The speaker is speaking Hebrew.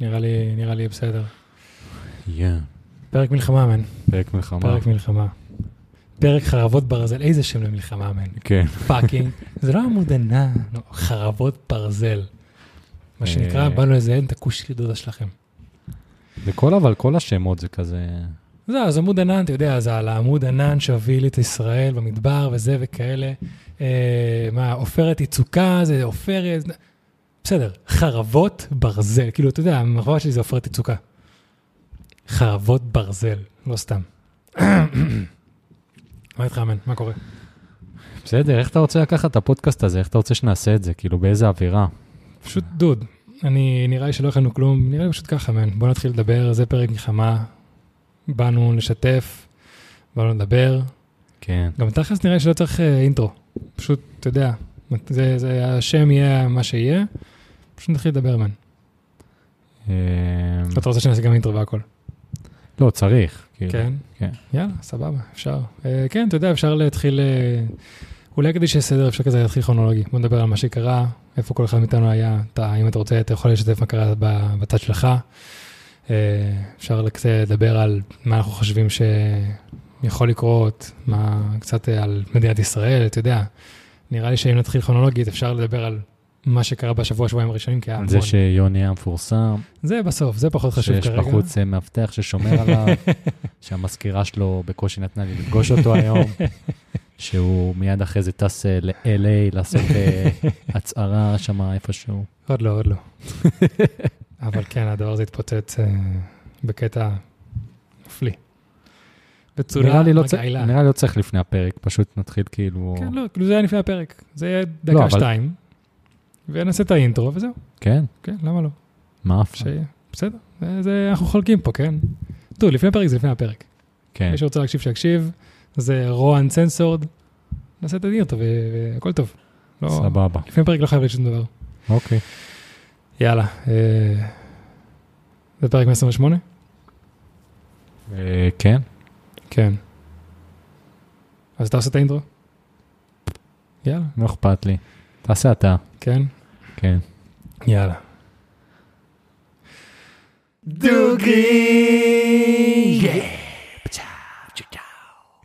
נראה לי, נראה לי בסדר. יא, פרק מלחמה, מן. פרק מלחמה. פרק מלחמה. פרק חרבות ברזל, איזה שם למלחמה, מן. כן. פאקינג. זה לא עמוד ענן, לא, חרבות ברזל. מה שנקרא, אה. באנו לזיין את הכושי דודה שלכם. וכל אבל, כל השמות זה כזה... זהו, אז עמוד ענן, אתה יודע, זה על העמוד ענן שהוביל את ישראל במדבר וזה וכאלה. אה, מה, עופרת יצוקה, זה עופרת... בסדר, חרבות ברזל. כאילו, אתה יודע, המחווה שלי זה עופרת יצוקה. חרבות ברזל, לא סתם. מה איתך, אמן? מה קורה? בסדר, איך אתה רוצה לקחת את הפודקאסט הזה? איך אתה רוצה שנעשה את זה? כאילו, באיזה אווירה? פשוט דוד, אני, נראה לי שלא הכנו כלום, נראה לי פשוט ככה, מן. בוא נתחיל לדבר, זה פרק מלחמה. באנו לשתף, באנו לדבר. כן. גם תכלס נראה לי שלא צריך אה, אינטרו. פשוט, אתה יודע, זה, זה, השם יהיה מה שיהיה, פשוט נתחיל לדבר, מן. אה, אתה רוצה שנעשה גם אינטרו והכל. לא, צריך. כאילו. כן? כן. יאללה, סבבה, אפשר. אה, כן, אתה יודע, אפשר להתחיל, אה, אולי כדי שיהיה סדר, אפשר כזה להתחיל כרונולוגי. בוא נדבר על מה שקרה, איפה כל אחד מאיתנו היה, אתה, אם אתה רוצה, אתה יכול לשתף מה קרה ב- בצד שלך. אה, אפשר כזה לדבר על מה אנחנו חושבים שיכול לקרות, מה קצת אה, על מדינת ישראל, אתה יודע. נראה לי שאם נתחיל כרונולוגית, אפשר לדבר על מה שקרה בשבוע, שבועיים הראשונים, כי היה על המון. זה שיוני היה מפורסם, זה בסוף, זה פחות חשוב שיש כרגע. בחוץ אה, מאבטח ששומר עליו, שהמזכירה שלו בקושי נתנה לי לפגוש אותו היום, שהוא מיד אחרי זה טס אה, ל-LA לעשות אה, הצהרה שם איפשהו. עוד לא, עוד לא. אבל כן, הדבר הזה התפוצץ אה, בקטע מפליא. בצורה נראה לי לא צריך- מגעילה. נראה לי לא צריך לפני הפרק, פשוט נתחיל כאילו... כן, לא, כאילו זה היה לפני הפרק. זה יהיה לא, דקה, אבל- שתיים, ונעשה את האינטרו וזהו. כן? כן, למה לא? מה אף? שיהיה. בסדר, זה- זה- אנחנו חולקים פה, כן? תראו, לפני הפרק זה לפני הפרק. כן. מי שרוצה להקשיב, שיקשיב. זה רוהן סנסורד. נעשה את האינטרו ו- והכל טוב. לא- סבבה, לפני הפרק לא חייב להיות שום דבר. אוקיי. יאללה. אה, זה פרק 128? אה, כן? כן. אז אתה עושה את האינטרו? יאללה. לא אכפת לי. תעשה אתה. כן? כן. יאללה. דוגרי!